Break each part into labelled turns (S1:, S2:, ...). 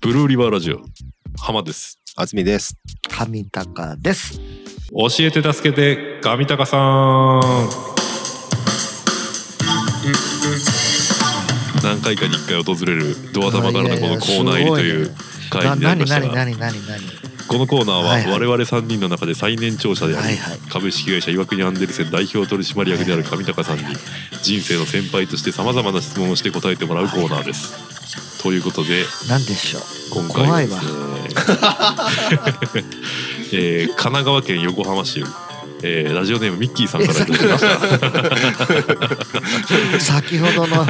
S1: ブルーリバーラジオ浜です
S2: あつみです。
S3: 神高です。
S1: 教えて助けてガミタカさん何回かに1回訪れるドア玉からのこのコーナー入りという回
S3: な
S1: になり
S3: 何
S1: ました
S3: 何
S1: が
S3: 何何何。
S1: このコーナーは
S3: はいは
S1: 我
S3: い
S1: 々3人の中で最年長者であ
S3: は
S1: り
S3: いはい
S1: 株式会社岩国アンデルセン代表取締役である上高さんに人生の先輩としてさまざまな質問をして答えてもらうコーナーです。ということで
S3: 何でしょう。
S1: 今回は ですね
S3: 怖
S1: えー神奈川県横浜市より、えーラジオネームミッキーさんからいただきました
S3: 先ほどの、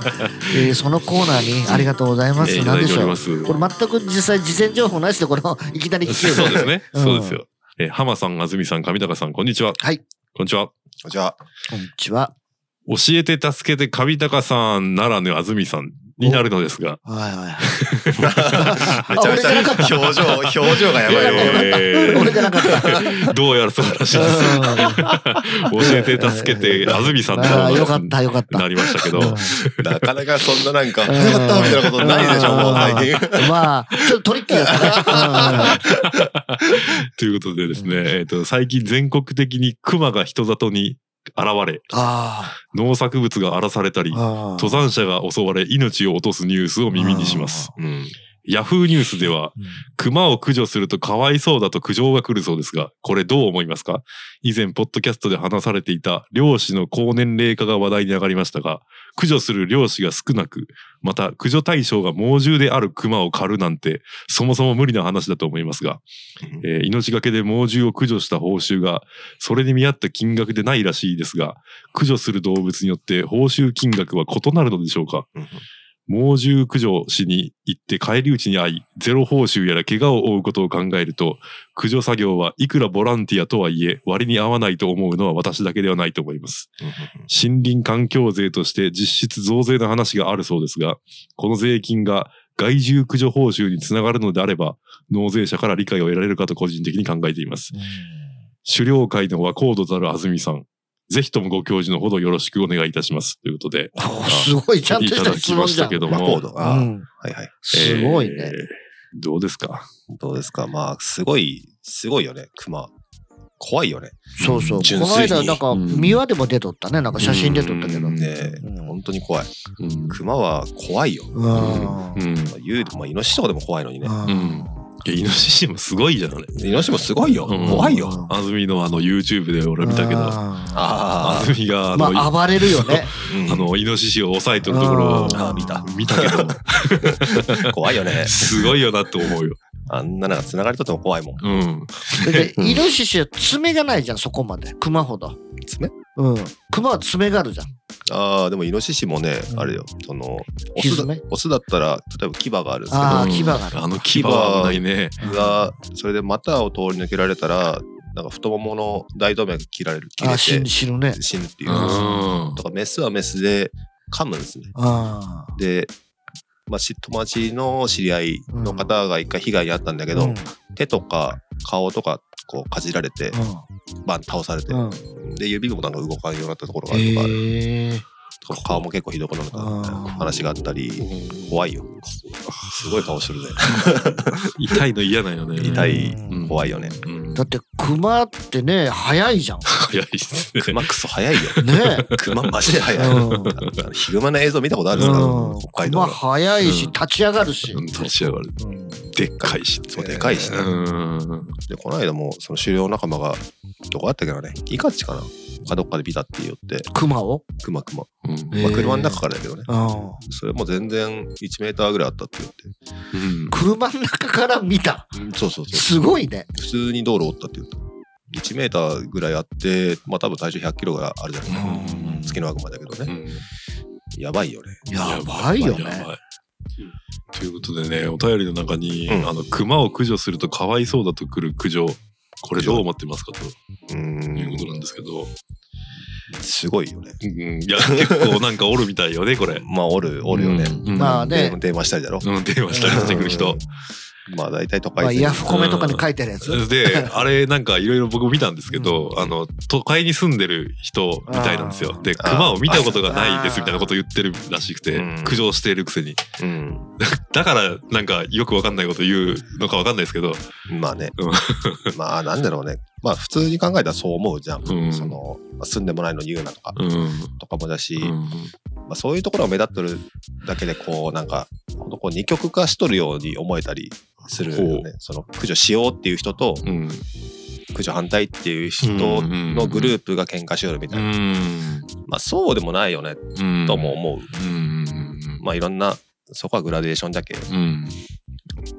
S3: えーそのコーナーにありがとうございま
S1: え
S3: す。
S1: ーいただ
S3: 何
S1: い
S3: で
S1: ており
S3: しょ
S1: ま
S3: う。
S1: す
S3: これ全く実際事前情報なしでこのいきなり来てる。
S1: そうですね、
S3: うん
S1: そうですよ、えー、浜さん安住さん上高さんこんにちは
S3: はい。
S1: こんにちは
S2: じゃあ、
S3: こんにちは。
S1: 教えて助けて上高さんならぬ安住さんになるのですが
S3: はいはい はい。
S2: めちゃめちゃ表情、表情がやばいよ。
S1: えー
S3: 俺じゃなかった。
S1: どうやらそうらしいです教えて助けて安住さんに
S3: あ
S1: な
S3: あ
S1: る
S3: よか
S1: の
S3: ったよかった
S1: な。りましたけど、
S2: なかなかそんななんか、
S3: う
S2: よ
S3: ん
S2: かったみたいなことないでしょ、もう最近。
S3: うんまあ、ちょっとトリッキーだ ったね。
S1: ということでですね、えー、と最近全国的に熊が人里に現れ
S3: あ
S1: 農作物が荒らされたり
S3: あ。あ
S1: 登山者が襲われ命を落とすニュースを耳にします、うんヤフーニュースでは熊を駆除するとかわいそうだと苦情が来るそうですがこれどう思いますか以前ポッドキャストで話されていた漁師の高年齢化が話題に上がりましたが駆除する漁師が少なくまた駆除対象が猛獣である熊を狩るなんてそもそも無理な話だと思いますが、
S2: うん
S1: えー命がけで猛獣を駆除した報酬がそれに見合った金額でないらしいですが駆除する動物によって報酬金額は異なるのでしょうか
S2: うん
S1: 猛獣駆除しに行って帰り討ちに遭いゼロ報酬やら怪我を負うことを考えると駆除作業はいくらボランティアとはいえ割に合わないと思うのは私だけではないと思います森林環境税として実質増税の話があるそうですがこの税金が害獣駆除報酬につながるのであれば納税者から理解を得られるかと個人的に考えています狩猟会の和光度たる安住さんぜひともご教授のほどよろしくお願いいたしますということで
S3: おすごい、ちゃんと
S1: い
S3: したた
S1: だ
S3: 質
S1: き
S3: 問
S1: まし
S3: じゃ
S1: た
S3: ん
S1: け。ど
S2: 和光
S1: も
S2: 度
S3: う
S2: が、
S3: ん、
S2: はいはい。
S3: すごい
S1: え
S3: ね。
S1: ーどうですか
S2: どうですかまあ、すごい、すごいよね、熊。怖いよね。
S3: そうそう。
S2: 純
S3: この
S2: 粋に
S3: 間、なんか、
S1: うん
S3: 三輪でも出とったね。なんか写真出とったけど。
S1: うん
S2: ね
S3: うん
S2: 本当に怖い。
S1: うん
S2: 熊は怖いよ。
S3: うん。
S1: う
S3: うん
S1: ん、い
S2: 言うまあ、イノシシとかでも怖いのにね。
S1: んやイノシシもすごいじゃんあれ
S2: イノシシもすごいよ。
S1: うん
S2: 怖いよ。
S1: 安住のあの YouTube で俺見たけど
S3: あ
S2: あ
S1: 安住があ
S3: ー
S1: の,、
S3: まあ、暴れるよね。
S2: ー
S1: あのイノシシを抑えてるところを
S2: あー見た
S1: 見たけど
S2: うん怖いよね。
S1: すごいよなって思うよ。
S2: あんななんか繋がりとっても怖いもん。
S1: うん。
S3: で、
S2: うん
S3: イノシシは爪がないじゃん、そこまで。熊ほど。
S2: 爪
S3: うん。熊は爪があるじゃん。
S2: ああ、でもイノシシもね、
S3: うん
S2: あれよ、その、オ
S3: ひ
S2: スだ
S3: ずめ
S2: オスだったら、例えば牙があるんですけ
S3: あ
S2: ど
S3: ー牙がある
S1: あの牙はないね。
S3: ー
S2: が、それで股を通り抜けられたら、なんか太ももの大動脈切られる、切
S3: あ
S2: れ
S3: あ、死ぬ、
S2: て
S3: 死ぬね。
S2: 死ぬっていうう。
S1: ん。
S2: とか、メスはメスで噛むんですね。
S3: ああ。
S2: で、まあ、し友達の知り合いの方が一回被害に遭ったんだけど、
S3: うん
S2: 手とか顔とかこうかじられて、バン倒されて、
S3: うん。うん。
S2: で指もなんか動かんようになったところがあるとかある
S3: へえ。
S2: とか顔も結構ひどくなるとか
S3: あー
S2: 話があったり、怖いよ。すごい顔してるね。
S1: 痛いの嫌なんよね。
S2: 痛い
S1: うん
S2: 怖いよね。
S1: うん。
S3: だって、熊ってね、早いじゃん。
S1: 早いですね。
S2: 熊クソ早 いよ。
S3: ね え。
S2: 熊マジで早い。
S3: う
S2: あ
S3: ん
S2: のヒグマの映像見たことあるんですか
S3: うん。
S2: 北海道
S3: 熊
S2: の。
S3: 早いし、
S1: うん
S3: 立ち上がるし。
S1: うん立ち上がる。
S3: うん
S1: でっかいし。
S2: そうでかいしね
S1: うん。
S2: で、この間もその狩猟仲間が、どこだったっけなね、イカチかなかどっかでビタって言って、
S3: 熊を
S2: クマクマ。
S1: うん
S3: え
S2: まあ、
S3: ー
S2: 車の中からだけどね。
S3: うん。
S2: それも全然1メーターぐらいあったって言って。
S1: うん
S3: 車の中から見た。
S2: うんそうそうそう。
S3: すごいね。
S2: 普通に道路おったって言った。1メーターぐらいあって、まあ多分体重100キロぐらいあるじゃないですか。
S1: うん
S2: 月の悪魔だけどね。やばいよね。
S3: やばいよ
S1: やば
S3: ね。
S1: いということでね、お便りの中に、
S2: うん
S1: あの、熊を駆除するとかわいそうだと来る苦情、これどう思ってますかと
S2: う
S1: いうこと
S2: ん。
S1: なんですけど、
S2: すごいよね。
S1: うん、いや、結構なんかおるみたいよね、これ。
S2: まあおる、おるよね。
S1: うん
S3: まあね
S2: で電話したりだろ。
S1: うん、電話したりしてくる人。
S2: まあ大体都
S3: まあ、
S2: 会
S3: ヤフコメとかに
S1: うん
S3: 書いてあるやつ。
S1: で、あれなんかいろいろ僕見たんですけど、あの、都会に住んでる人みたいなんですよ
S3: あ。ー
S1: で、
S2: あー
S1: 熊を見たことがないですみたいなことを言ってるらしくて
S2: うん、
S1: 苦情しているくせに。
S2: うん。
S1: だからなんかよくわかんないこと言うのかわかんないですけど、
S2: まあね
S1: う。
S2: まあなんだろうね。まあ普通に考えたらそう思うじゃん。
S1: うん
S2: その、まあ住んでもないのに言うなとか、
S1: うん。
S2: とかもだし、
S1: うん
S2: まあそういうところが目立ってるだけで、こうなんか、このこう二極化しとるように思えたりするよね。その駆除しようっていう人と、
S1: うん。
S2: 駆除反対っていう人のグループが喧嘩しよるみた
S1: う
S2: いな。
S1: ん。
S2: まあそうでもないよね、
S1: うん。
S2: とも思う。
S1: うん。
S2: まあいろんな、そこはグラデーションじゃけん。
S1: うん。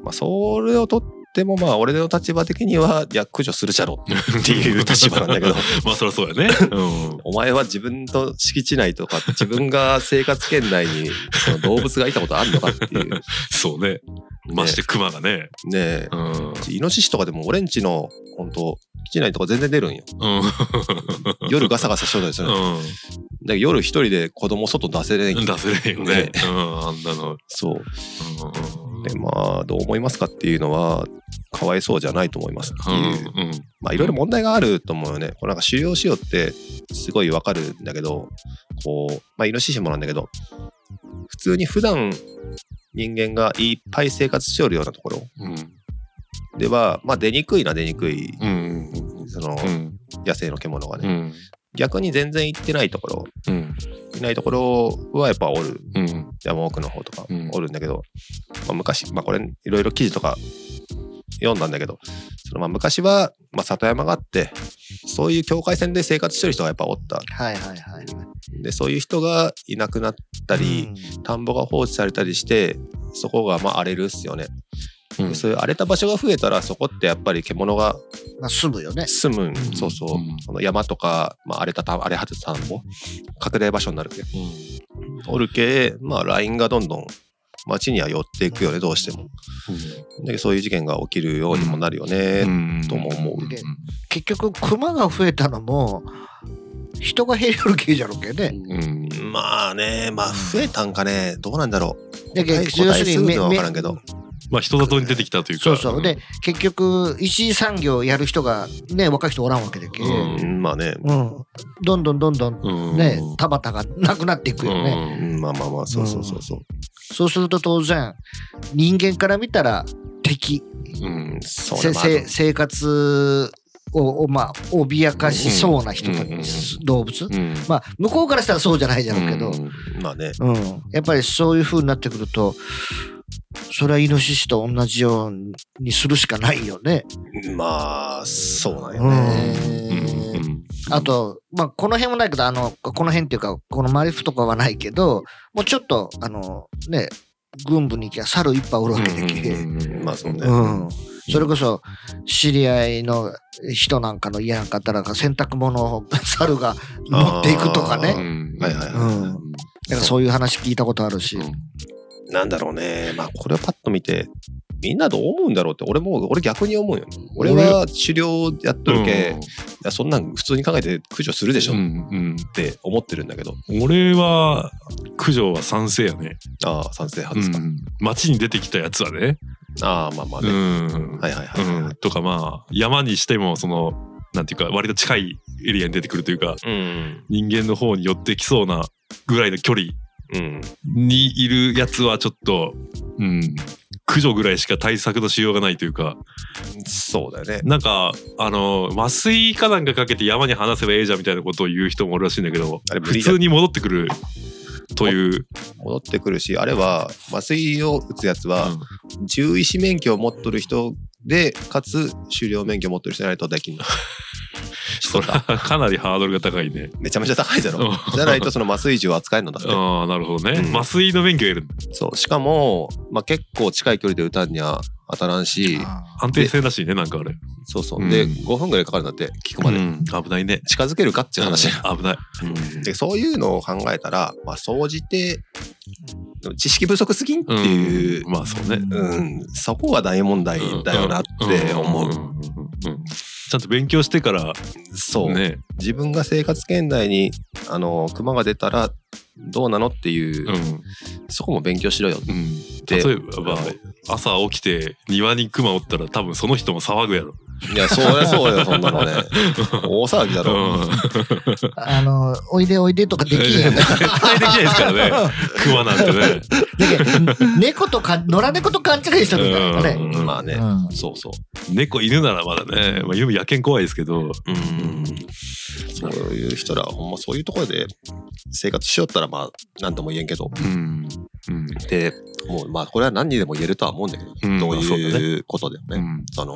S2: まあ、それをとっても、まあ、俺の立場的には、いや、駆除するじゃろっていう立場なんだ けど、
S1: まあそりゃそうやね。うん。
S2: お前は自分の敷地内とか、自分が生活圏内にその動物がいたことあるのかっていう。ね
S1: そうね。 まして熊がね。
S2: え。
S1: うん。うん。
S2: イノシシとかでも俺んちの、本当敷地内とか全然出るんよ。夜ガサガサしとったりするのだ
S1: う
S2: けど夜一人で子供外出せれんよ
S1: ん。出せないよね。うん。あんなの。
S2: そう。
S1: うん
S2: で、まあ、どう思いますかっていうのは、かわいそうじゃないと思いますっていう。
S1: うん。うん
S2: まあいろいろ問題があると思うよね。これなんか狩猟しようってすごいわかるんだけど、こう、まあイノシシもなんだけど、普通に普段人間がいっぱい生活しておるようなところ
S1: うん。
S2: では、まあ出にくいな出にくい、
S1: うん。
S2: その
S1: うん。
S2: 野生の獣が
S1: う
S2: ね。
S1: ん。
S2: 逆に全然行ってないところ、
S1: うん。
S2: いないところはやっぱおる。
S1: うん。
S2: 山奥の方とか
S1: うん
S2: おるんだけど、まあ昔、まあこれいろいろ記事とか読んだんだけど、そのまあ昔は、まあ里山があって、そういう境界線で生活してる人がやっぱおった
S3: はいはいはい。
S2: でそういう人がいなくなったり、田んぼが放置されたりしてそこがまあ荒れるっすよね、
S1: うん
S2: でそういう荒れた場所が増えたらそこってやっぱり獣が
S3: うん、まあ、住むよね。
S2: 住む、
S1: ん
S2: そうそう、
S1: うん
S2: その山とか、まあ、荒れた田荒れ果てた田んぼ隠れ場所になるけどおるけまあラインがどんどん町には寄っていくよねどうしてもでそういう事件が起きるようにもなるよね、
S1: うん。
S2: とも思う
S1: で
S3: 結局、熊が増えたのも、人が減りよるけじゃろうけね。
S1: うん。
S2: まあねまあ増えたんかねどうなんだろう
S3: だけど
S2: 個体個体数のは分からんけど
S1: まあ人里に出てきたというか。
S3: そうそう。で、結局、一次産業やる人が、ね、若い人おらんわけだけ、
S1: うん
S2: うんまあね
S3: うん。どんどんどんどん、
S1: うん、
S3: ね、田畑がなくなっていくよね。
S2: うんまあまあまあそうそうそうそう、
S3: そうすると当然人間から見たら敵、
S1: うん。うん。
S2: そう
S3: せ
S2: ねまあ
S3: せ生活を、おまあ、脅かしそうな人た
S1: うんうんうん
S3: ち動物
S1: うん。
S3: まあ向こうからしたらそうじゃないじゃろうけど、
S2: まあね、
S3: うんやっぱりそういう風になってくるとそれはイノシシと同じようにするしかないよね。
S2: まあ、そうなんよ
S1: うんう
S2: ね。
S1: ん
S3: あと、まあ、この辺もないけど、あの、この辺っていうか、このマリフとかはないけど、もうちょっと、あの、ね、軍部に行きゃ猿一羽おるわけでけ、
S1: うん
S2: まあそうね
S3: うん、それこそ知り合いの人なんかの家なんかあったら洗濯物を猿が持っていくとか
S2: あ
S1: う
S2: ー
S3: ね
S1: ん
S2: はいはい
S3: うん
S2: は
S3: なんかそういう話聞いたことあるし、
S2: い。なんだろうね。まあ、これをパッと見て、みんなどう思うんだろうって、俺も、俺逆に思うよね。俺は狩猟やっとるけ、いやそんなん普通に考えて駆除するでしょ
S1: う
S2: っ
S1: ん
S2: て思ってるんだけど、
S1: うん、俺は九条は賛成やね、
S2: ああ、賛成派
S1: う
S2: ですか。
S1: ん、町に出てきたやつはね
S2: ああ、まあまあ
S1: う
S2: ね。
S1: ん
S2: はいはいはいはい
S1: う
S2: は
S1: ん
S2: い。
S1: とかまあ山にしてもそのなんていうか割と近いエリアに出てくるというか
S2: うん。
S1: 人間の方に寄ってきそうなぐらいの距離
S2: うん。
S1: にいるやつはちょっと、うん、駆除ぐらいしか対策のしようがないというか
S2: そうだよね。
S1: なんかあの麻酔かなんかかけて山に放せばええじゃんみたいなことを言う人もおるらしいんだけど
S2: あれ無
S1: 普
S2: 理だ
S1: 通に戻ってくるという、
S2: 戻ってくるし、あれは、麻酔を打つやつは、獣医師免許を持っとる人で、かつ狩猟免許を持っとる人じゃないとできんの。
S1: それは かなりハードルが高いね。
S2: めちゃめちゃ高いだろ。
S1: あ
S2: じゃないとその麻酔銃を扱えるのだって。
S1: あーなるほどね、
S2: うん
S1: 麻酔の免許を得る
S2: そう。しかも、まあ、結構近い距離で撃たんには当たらんし、
S1: 安定性らしいねなんかあれ、
S2: そうそう。で、
S1: うん
S2: 5分ぐらいかかるんだって、聞くまで。
S1: うん危ないね
S2: 近づけるかっていう話。
S1: うん危ない、
S2: で、そういうのを考えたら、まあ、総じて、知識不足すぎんって
S1: うん
S2: いう、
S1: まあそうね、
S2: うん、そこは大問題だよなって思う。
S1: んんうんうんちゃんと勉強してから
S2: そう。
S1: ね
S2: 自分が生活圏内にあの熊が出たらどうなのっていう、
S1: うん
S2: そこも勉強しろよっ
S1: うん、
S2: て。
S1: 例えば朝起きて庭に熊おったら多分その人も騒ぐやろ。
S2: いや、そうや そうや、そんなのね。大騒ぎだろ。
S1: うん
S3: あの、おいでおいでとかできん やん。
S1: 絶対できないですからね 熊なんてね。
S3: だけど猫とか、野良猫と勘違いしてるんだからね。
S2: うんまあね、
S3: うん
S2: そうそう。
S1: 猫犬ならまだね、まあ、犬も野犬怖いですけど、
S2: うんそういう人ら、ほんまそういうところで生活しよったら、まあ、なんとも言えんけど。
S1: うんうん
S2: で、もう、まあ、これは何にでも言えるとは思うんだけど、
S1: うん
S2: どう
S1: まあそうだ
S2: いうことだよね。
S1: うん
S2: その、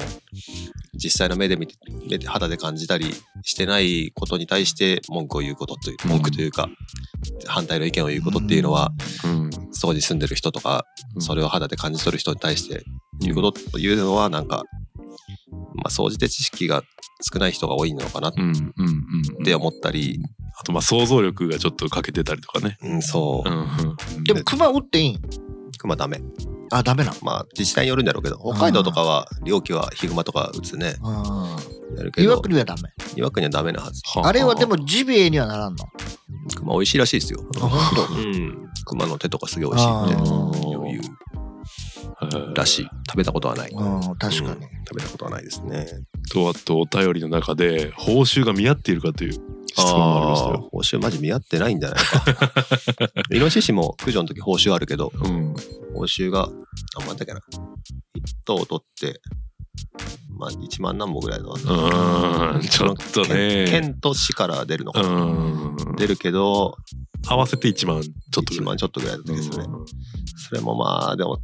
S2: 実際の目で見て、目で肌で感じたりしてないことに対して文句を言うことという、
S1: うん
S2: 文句というか、反対の意見を言うことっていうのは、
S1: うん
S2: そこに住んでる人とか、
S1: うん
S2: それを肌で感じ取る人に対して言うことというのは、なんか、まあ、総じて知識が少ない人が多いのかなっ
S1: うんうんうん
S2: て思ったり、
S1: あとまあ想像力がちょっと欠けてたりとかね。
S2: うん、そうう、
S1: んうん
S3: でも、熊撃っていいん
S2: 熊ダメ。
S3: あ、ダメな
S2: まあ、自治体によるんだろうけど、北海道とかは、猟奇はヒグマとか打つね。
S3: の。
S2: やるけ
S3: 岩
S2: ど、
S3: 国はダメ。
S2: 岩国はダメなはず。
S3: あれはでもジビエにはならんの。
S2: 熊美味しいらしいですよ。
S3: あ本当
S2: うん。熊の手とかすげえ美味しい
S3: あ
S2: ん
S1: ー
S2: で、余裕
S1: うん
S2: らしい。食べたことはない。
S3: うん、確かに。
S2: うん食べたことはないですね。
S1: とあとお便りの中で報酬が見合っているかという質問もありました
S2: あー
S1: よ。
S2: 報酬マジ見合ってないんじゃないか。 イノシシも駆除の時報酬あるけど、
S1: うん
S2: 報酬が、あんまあったっけな。一頭取って、まあ、1万何本ぐらいの。
S1: うんちょっとね
S2: 県県と市から出るのか
S1: う
S2: な。
S1: ん
S2: 出るけど、
S1: 合わせて1万ちょっと
S2: 1万ちょっとぐらいだったんですよね。
S1: うん
S2: それもまあ、でも、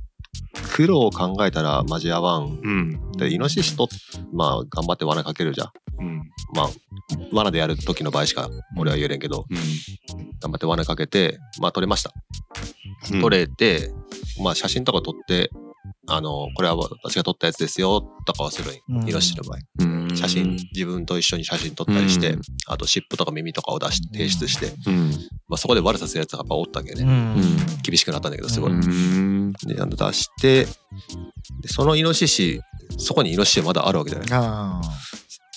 S2: 苦労を考えたらマジ合わん。
S1: うん
S2: で、イノシシと、まあ、頑張って罠かけるじゃん。
S1: うん
S2: まあ、罠でやる時の場合しか俺は言えれんけど、頑張って罠かけて、まあ、撮れまし
S1: う
S2: た。
S1: ん
S2: 撮れて、まあ、写真とか撮って、あの、これは私が撮ったやつですよ、とかはするんよ
S3: うん
S2: イノシシの場合。
S1: うん
S2: 写真、自分と一緒に写真撮ったりして、
S1: うん
S2: あと、尻尾とか耳とかを出し、提出して、
S1: うん
S2: まあ、そこで悪さするやつがやっぱおったわけね。
S1: ん
S2: 厳しくなったんだけど、すごい。
S1: うん
S2: で、あの出して、でそのイノシシ、そこにイノシシまだあるわけじゃない。
S3: ああ、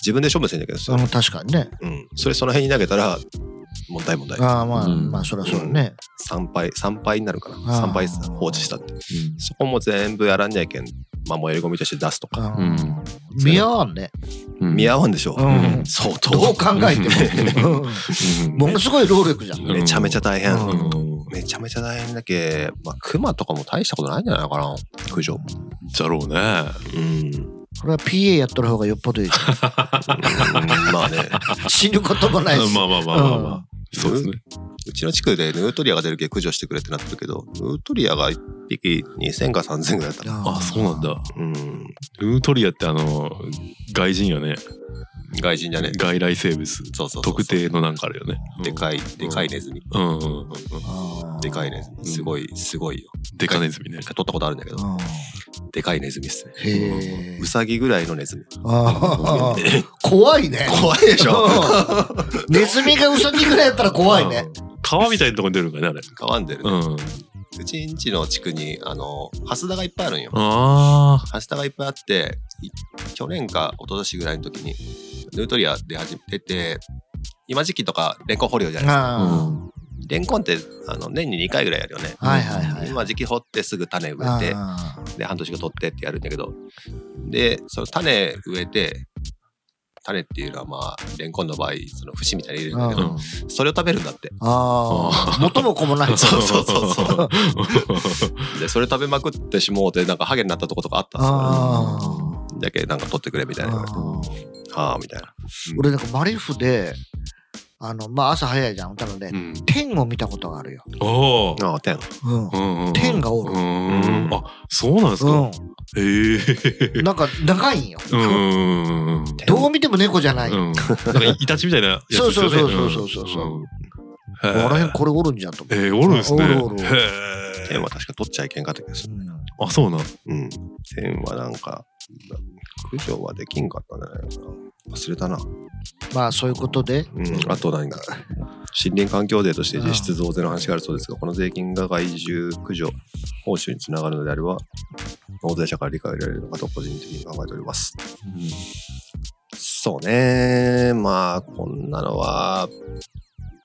S2: 自分で処分せんだけど
S3: それも確かにね。
S2: うん。それその辺に投げたら、問題問題。
S3: ああ、まあ、
S1: うん
S3: まあ、そりゃそうだね。
S2: 参拝、参拝になるかな。
S3: あー
S2: 参拝放置したって。そこも全部やらんにゃいけん。まあ、燃えりゴミとして出すとか。
S1: うん
S3: 見合わんね。
S1: うん
S2: 見合わんでしょ
S3: う
S2: う。
S3: ん
S2: 相当。
S3: どう考えても。
S1: うん
S3: ものすごい労力じゃん。
S2: めちゃめちゃ大変。
S3: うん
S1: うん
S2: めちゃめちゃ大変だけ、まあ、熊とかも大したことないんじゃないかな。駆除。
S1: じゃろうね。
S2: うん。
S3: これは PA やっとる方がよっぽどいいじゃ
S2: まあね、
S3: ん。死ぬこともないし。
S1: まあまあまあまあまあ。そうですね。
S2: うちの地区でヌートリアが出るけ駆除してくれってなってるけど、ヌートリアが1匹2000か3000ぐらいだったな。
S3: あ
S1: あ、そうなん。だ。
S2: うん。
S1: ルートリアってあの、外人よね。
S2: 外人じゃね。
S1: 外来生物。
S2: そうそうそう
S1: 特定のなんかあるよね。
S2: でかい、でかいネズミ。
S1: うん。うん。
S3: あー
S2: でかいネズミ。すごい、すごいよ。
S1: デカネズミね
S2: 一。回取ったことあるんだけど、
S3: うん
S2: でかいネズミっすね。
S3: へえ
S2: う。さぎぐらいのネズミ。
S3: あー怖いね。
S2: 怖いでしょ
S3: うんネズミがウサギぐらいやったら怖いね。
S1: 川みたいなとこに出るんかね、あれ。
S2: かわんでる
S1: う
S2: ね。
S1: ん。
S2: うちんちの地区に、あの、ハスダがいっぱいあるんよ。
S1: あ
S2: ハスダがいっぱいあって、い去年か一昨年ぐらいの時に、ヌートリア出始めて、今時期とかレンコン掘るようじゃないですか。
S1: あ。
S3: あー
S2: レンコンってあの年に2回ぐらいやるよね。
S3: はいはいはい
S2: 今時期掘ってすぐ種植
S3: あ
S2: えて、
S3: ー
S2: で半年後取ってってやるんだけどでその種植えて種っていうのはまあレンコンの場合その節みたいに入れるんだけ
S1: う
S2: ど、
S1: ん。。
S2: それを食べるんだって
S3: あー。元も子もない。
S2: そうそうそうそう でそれ食べまくってしもうてなんかハゲになったとことかあったんです
S3: あ
S2: よねだけどなんか取ってくれみたいな
S3: あー
S2: はあみたいな
S3: 俺なんかマリフで、あの、まあ朝早いじゃん。なので
S1: う、ん。
S3: 天を見たことがあるよ。
S1: お
S2: ああ天
S3: うん。
S1: お。
S3: 天がおる
S1: うん。あ、そうなんですか。へえ。
S3: うん。なんか長いんよ。
S1: うん。
S3: どう見ても猫じゃない。
S1: うん。なんかイタチみたいなやつですよね。
S3: そうそうそうそうそうそうん
S1: ん
S3: あらへ
S1: へ
S3: んこれおるんじゃんと思
S1: え
S3: う。
S1: ー、おるんですね。
S3: おるおるおる
S1: へ
S2: 天
S1: え
S2: は。確か取っちゃいけんかったけど
S3: うん
S1: あ、そうなん。
S2: うん天はなんか駆除はできんかったんじゃないのかな忘れたな
S3: まあそういうことで、
S2: うん、あと何か森林環境税として実質増税の話があるそうですが、この税金が害獣駆除報酬につながるのであれば、納税者から理解を得られるのかと個人的に考えております。そうね、まあ、こんなのは、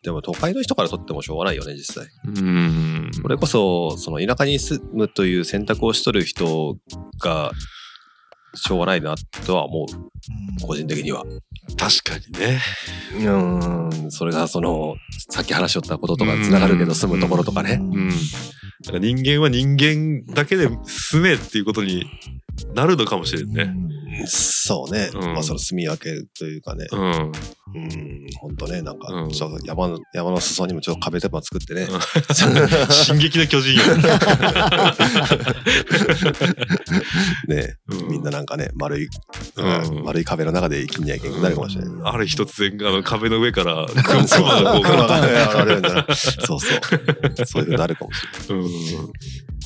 S2: でも都会の人からとってもしょうがないよね、実際。
S1: うん。
S2: これこそ、その田舎に住むという選択をしとる人が、しょうがないなとは思う、個人的には。
S1: 確かにね。
S2: うーん、それがその、さっき話しよったこととか繋がるけ
S1: う
S2: ど
S1: ん
S2: 住むところとかね。
S1: うん。だから人間は人間だけで住めっていうことになるのかもしれんね。
S2: うんそうね。
S1: うん
S2: まあその住み分けというかね。
S1: うん。
S2: うん、ほんとね、なんか
S1: うん、
S2: ちょっと山の、山の裾にもちょっと壁とか作ってね。
S1: 進撃の巨人よ。
S2: ね、
S1: う
S2: みんななんかね、丸
S1: う
S2: い、
S1: ん
S2: 丸い壁の中で生きにゃいけなくなるかもしれない。
S1: ある日突然あの壁の上からク
S2: そうそう
S1: マがこう
S2: 熊がね現れるんだそうそう。そういうふうになるかもし
S1: うん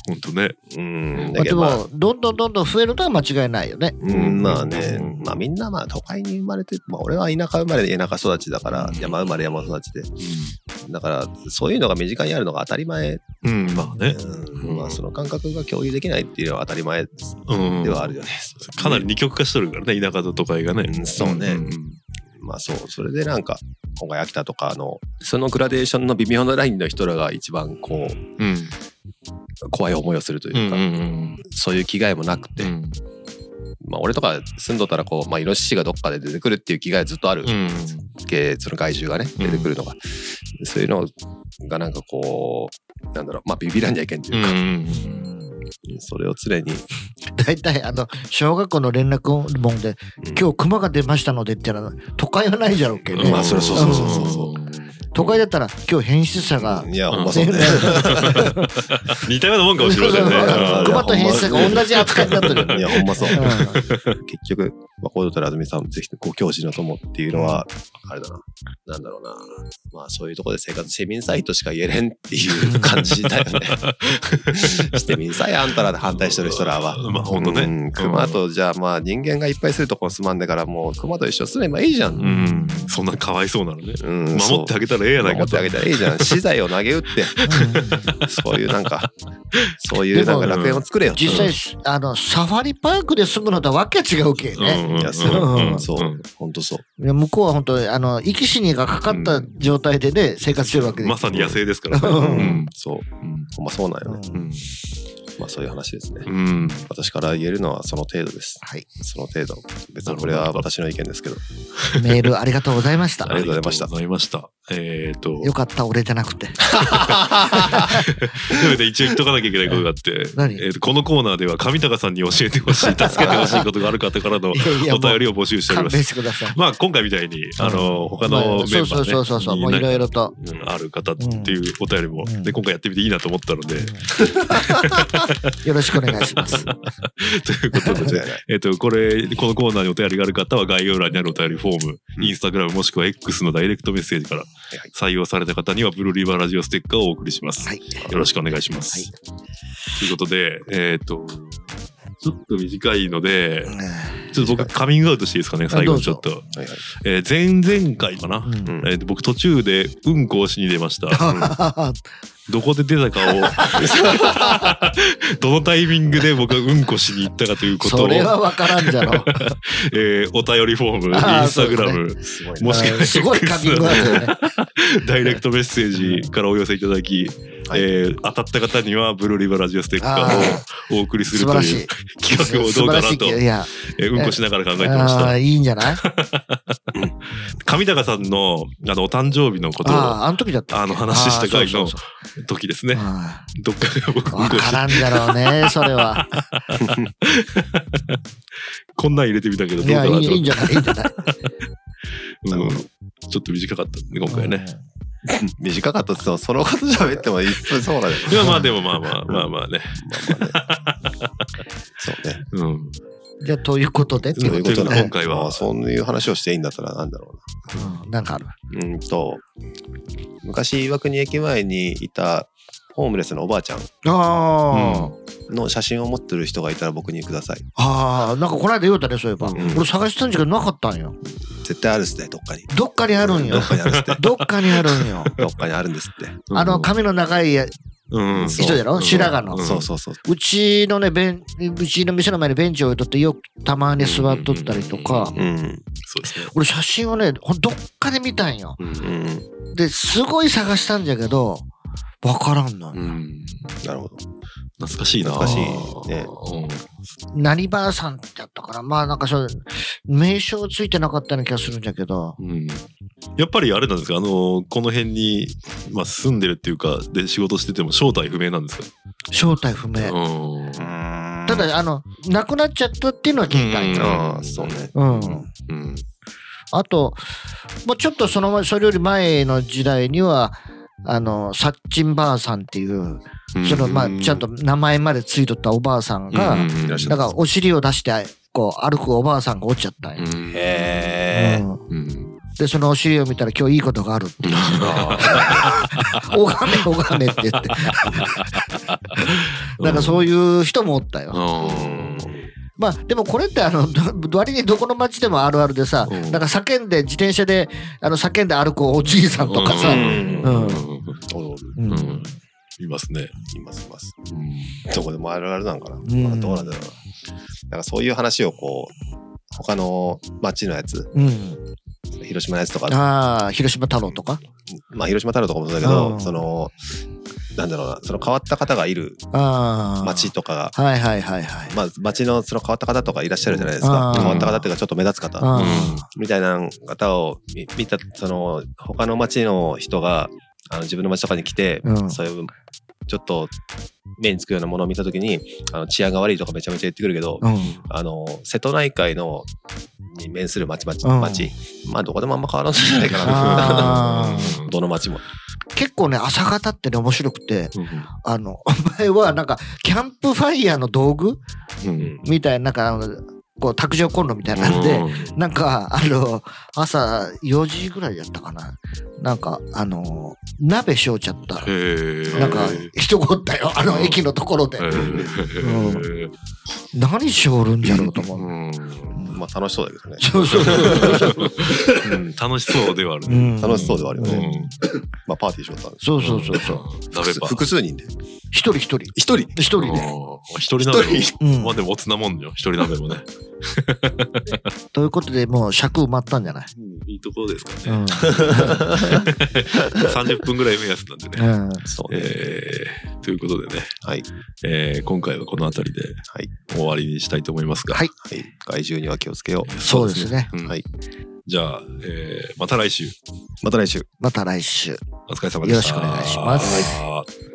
S1: ほんとね。
S2: れない。うん。
S3: ま
S2: だ
S3: あ、
S2: け
S3: で
S2: ど、まあ
S3: も、どんどんどんどん増えるのは間違いないよね。
S2: うん、まあね
S1: う、ん
S2: まあみんなまあ都会に生まれて、まあ俺は田舎生まれ、田舎育ちだから、山生まれ、山育ちで。だから、そういうのが身近にあるのが当たり前。
S1: うん、うんまあね。
S2: うんまあその感覚が共有できないっていうのは当たり
S1: う
S2: 前
S1: ん。
S2: ではあるよね。
S1: かなり二極化しとるからね、田舎と都会がね。
S2: うんそうね
S1: ん
S2: まあそう、それでなんか、今回秋田とかの、そのグラデーションの微妙なラインの人らが一番こう、
S1: うん。
S2: 怖い思いをすると
S1: う
S2: い
S1: ん
S2: う
S1: う
S2: か、
S1: ん
S2: そういう気概もなくて、
S1: うん。うん
S2: まあ俺とか住んどったらこう、まあイノシシがどっかで出てくるっていう気概ずっとある
S1: うん
S2: け、その害獣がね、
S1: うん
S2: 出てくるのが、そういうのがなんかこう、なんだろう、まあビビらんじゃいけんと
S1: う
S2: いうか、
S1: ん
S2: それを常に、
S3: 大体、あの、小学校の連絡網で、今日熊が出ましたのでって言ったら、都会はないじゃろうけ
S1: う
S3: ど
S1: ん
S3: ね。
S2: まあそれそうそうそうそうそ
S3: 都会だったら、今日変質者が、
S2: いや、
S1: うん
S2: ほんまそう ね。
S1: 似たようなもんかもしれま せんね。
S2: うん
S3: 熊と変質者が同じ扱いになってるよね。
S2: いや、ほんまそう。
S3: う
S2: 結局、まあ、こういうと安住さん、ぜひご教師の友っていうのは、あれだな、なんだろうな、まあそういうところで生活してみんさいとしか言えれんっていう感じだよね。してみんさい、あんたらで反対してる人らは。
S1: まあほんとね
S2: うん熊と、じゃあまあ人間がいっぱいするとこすまんだから、もう熊と一緒に住めばいいじゃ。
S1: うんん。そんなかわいそうなのね。
S2: うん、
S1: 守ってあげたらええや
S2: そう
S1: ないか
S2: 守って
S1: と
S2: あ。げたらいいじゃん。資材を投げ打って、
S3: ん
S2: そういうなんか、そういうなんか楽園を作れよ。
S3: 実際、あの、サファリパークで住むのとはわけ違うけ
S1: う
S3: ね。
S1: んうん
S2: いや、
S1: うん
S2: そうう、
S1: ん
S2: そう、ほんとそう。
S3: いや向こうは本当に、あの、生き死にがかかった状態でね、生活してるわけで
S1: まさに野生ですからね。
S3: うん
S1: うん
S2: そう、ほんまそうなんよね。
S3: う
S1: うんん
S2: まあそういう話ですね。
S1: うん。
S2: 私から言えるのはその程度です。
S3: はい。
S2: その程度。別にこれは私の意見ですけど。
S3: メールありがとうございました
S2: あ。りがとうございました
S1: ありがとうございました。えっと、
S3: よかった、俺じゃなくて。
S1: でもね一応言っとかなきゃいけないことがあって、
S3: 何
S1: えーとこのコーナーでは上高さんに教えてほしい、助けてほしいことがある方からの
S3: いやいや
S1: お便りを募集しておりま
S3: 勘弁
S1: す。
S3: してください。
S1: まあ今回みたいに、あの、他のメンバーね
S3: そうそうそうそうそう、もういろいろと。
S1: になんかうんある方っていうお便りも、
S3: うん
S1: で、今回やってみていいなと思ったので、
S3: よろしくお願いしま す。
S1: ということで、
S2: 間違いない
S1: えっと、これ、このコーナーにお便りがある方は概要欄にあるお便りフォーム、
S2: うん
S1: インスタグラムもしくは X のダイレクトメッセージから
S2: はい
S1: 採用された方にはブルーリバーラジオステッカーをお送りします。
S3: はい。
S1: よろしくお願いします。ということで、えっ、と、ちょっと短いので、ちょっと僕カミングアウトしていいですかね、最後にちょっと。
S2: はいはい。
S1: えー前々回かな。
S3: うん
S2: うん
S1: えーと僕途中でうんこをしに出ました。どこで出たかをどのタイミングで僕がうんこしに行ったかということ
S3: そ
S1: を、
S3: れは分からんじゃろ。
S1: え ーお便りフォームイ
S3: あー
S1: ンスタグラム、
S2: すごい
S1: もしか
S3: うんすごいカミングアウトよね。
S1: ダイレクトメッセージからお寄せいただき、
S2: はい
S1: えー当たった方にはブルーリバラジオステッカーをお送りす
S3: 素
S1: る
S3: 晴
S1: と
S3: ら
S1: い
S3: し
S1: う
S3: い。
S1: 企画をどうかなと
S3: 素晴らしいけどいや、
S1: えーうんこしながら考えてまし
S3: あ
S1: た
S3: ーいいんじゃない
S1: 上高さんのあのお誕生日のこと
S3: あ
S1: を
S3: あ、あの時だったっけ。
S1: あの話した回の
S3: あーそうそうそう
S1: 時ですね
S3: あ
S1: どっかで僕
S3: ー
S1: うんこ
S3: 分か
S1: し
S3: らんじゃろうね、それは。
S1: こんなん入れてみたけどどう
S3: い
S1: か
S3: や、
S1: ないと思
S3: い
S1: って
S3: いいんじゃないいいんじゃない
S1: うんちょっと短かったんで今回ね。
S2: 短かったっつっても、そのこと喋っても1分そうなんだよ。
S1: いやまあでもまあまあまあまあね
S2: まあまあねそうね。
S1: うん
S3: うんじゃあ、ということでって
S2: ど
S3: いうう
S2: いう
S3: こ
S2: こととな
S1: 今
S2: の
S1: 回は
S2: まあそういう話をしていいんだったらなんだろ
S3: うんなんかある。
S2: うな。うんと、昔岩国駅前にいたホームレスのおばあちゃん
S3: ああ。
S2: の写真を持ってる人がいたら僕にください。
S3: ああ、なんかこの間言うたね、そういえば。
S2: うん
S3: 俺探してたんじゃけどなかったんよ。
S2: 絶対あるっすね、どっかに。
S3: どっかにあるんよ
S2: ど。っかにあるっすって。
S3: どっかにあるんよ。
S2: どっかにあるんですって。
S1: うん
S3: あの、髪の長いや
S1: うん。
S3: 一人だろ
S1: うん
S3: 白髪の
S1: ん
S2: そうそうそう。
S3: うちのね、ベンうちの店の前にベンチを置いとって、よくたまに座っとったりとか、
S2: うん。
S1: そうですね。
S3: 俺写真をね、ほんどっかで見たんよ。
S1: うん
S2: うん。
S3: で、すごい探したんじゃけど、わからんの
S1: う
S3: よ。
S1: ん。
S2: なるほど。
S1: 懐かしいな。
S2: 懐かしいね
S1: うん
S3: 何ばあさんだったから、まあなんかそう、名称ついてなかったような気がするんじゃけど、
S1: うんやっぱりあれなんですかあのこの辺に、まあ、住んでるっていうかで仕事してても正体不明なんですか、
S3: 正体不明。
S1: うん
S3: た
S2: た、
S3: だ、あの、亡くなっちゃったっていうのは聞いたんよ。
S2: ああ、そうね。
S3: うん。
S1: うん
S3: あと、もうちょっとその前、それより前の時代には、あの、サッチンばあさんっていう、その、まあ、ちゃんと名前までついとったおばあさんが、
S1: うんうん
S2: いらっしゃ
S3: だ
S2: っ
S3: からお尻を出して、こう、歩くおばあさんがおっちゃったん
S1: う
S3: よ。
S1: ん
S2: へえ。
S3: うん
S1: うん
S3: で、そのお尻を見たら今日いいことがあるって言って。 拝め拝めって言って。なんかそういう人もおったよ。
S1: うん
S3: まあでもこれってあのど割にどこの町でもあるあるでさ、
S1: うん
S3: なんか叫んで自転車であの叫んで歩くおじいさんとかさ、
S1: うん
S3: うん
S2: おる
S3: うん
S1: うんいますね、
S2: いますいます。
S1: うん
S2: どこでもあるあるなんかな。
S3: ん
S2: まあどうなんだろうな。なんかそういう話をこう、他の町のやつ、
S3: うん、
S2: 広島のやつとか、
S3: ああ広島太郎とか
S2: まあ広島太郎とかもそうだけ
S3: う
S2: ど、
S3: ん
S2: その、なんだろうな、その変わった方がいる
S3: ああ
S2: 町とかが、
S3: はいはいはいはい、
S2: まあ町のその変わった方とかいらっしゃるじゃないです
S3: う
S2: か
S3: ん。
S2: 変わった方っていうかちょっと目立つ方。
S3: あ
S2: みたいな方を見見た、その、他の町の人が、あの自分の町とかに来て、
S3: うん
S2: そういう、ちょっと、目につくようなものを見たときに、あの治安が悪いとかめちゃめちゃ言ってくるけど、
S3: あうん
S2: あの、瀬戸内海の、に面する町、町、
S3: うん
S2: 町、まあ、どこでもあんま変わらんじゃないかな。
S3: あ
S1: うん
S2: どの町も。
S3: 結構ね朝方ってね面白くて
S1: う
S3: あの前はなんかキャンプファイヤーの道
S1: ん
S3: 具
S2: う
S1: うんん
S3: みたいななんかあのこう卓上コンロみたいなので、なんか、あの、朝4時ぐらいだったかな。なんか、あの、鍋しょうちゃった。
S1: へえ
S3: なんか
S1: へ、
S3: 人ごったよ。あの、
S1: うん
S3: 駅のところで。
S1: え
S3: 何しおるんじゃろうと 思う。
S1: うん
S2: まあ、楽しそうだけどね。
S3: そうそうそうそう。
S1: うん楽しそうではある
S3: う
S1: ね、
S3: ん
S2: 楽しそうではあるよ
S1: う
S2: ね。
S1: ん
S2: まあ、パーティーしようと思った
S3: そうそうそうそう。
S1: 食べば
S2: 複数人で。
S3: 一人一人。
S2: 一人
S3: 一人で。
S1: 一人鍋も
S2: 一人
S3: うん
S1: まあでもおつなもんよ一人鍋もね、
S3: ということで、もう尺埋まったんじゃない
S1: いいところですかね、
S3: う ん。
S1: 30分ぐらい目安なんでね、
S3: うん
S2: そうね。
S1: えーということでね、
S2: はい。
S1: えー今回はこの辺りで
S2: はい
S1: 終わりにしたいと思いますが、
S3: はい
S2: はい。害獣には気をつけよう。
S3: そうですね。
S1: うん
S2: はい。
S1: じゃあ、えーまた来週
S2: また来週。
S3: また来週。
S1: お疲れ様でした
S3: よろしくお願いします
S1: はい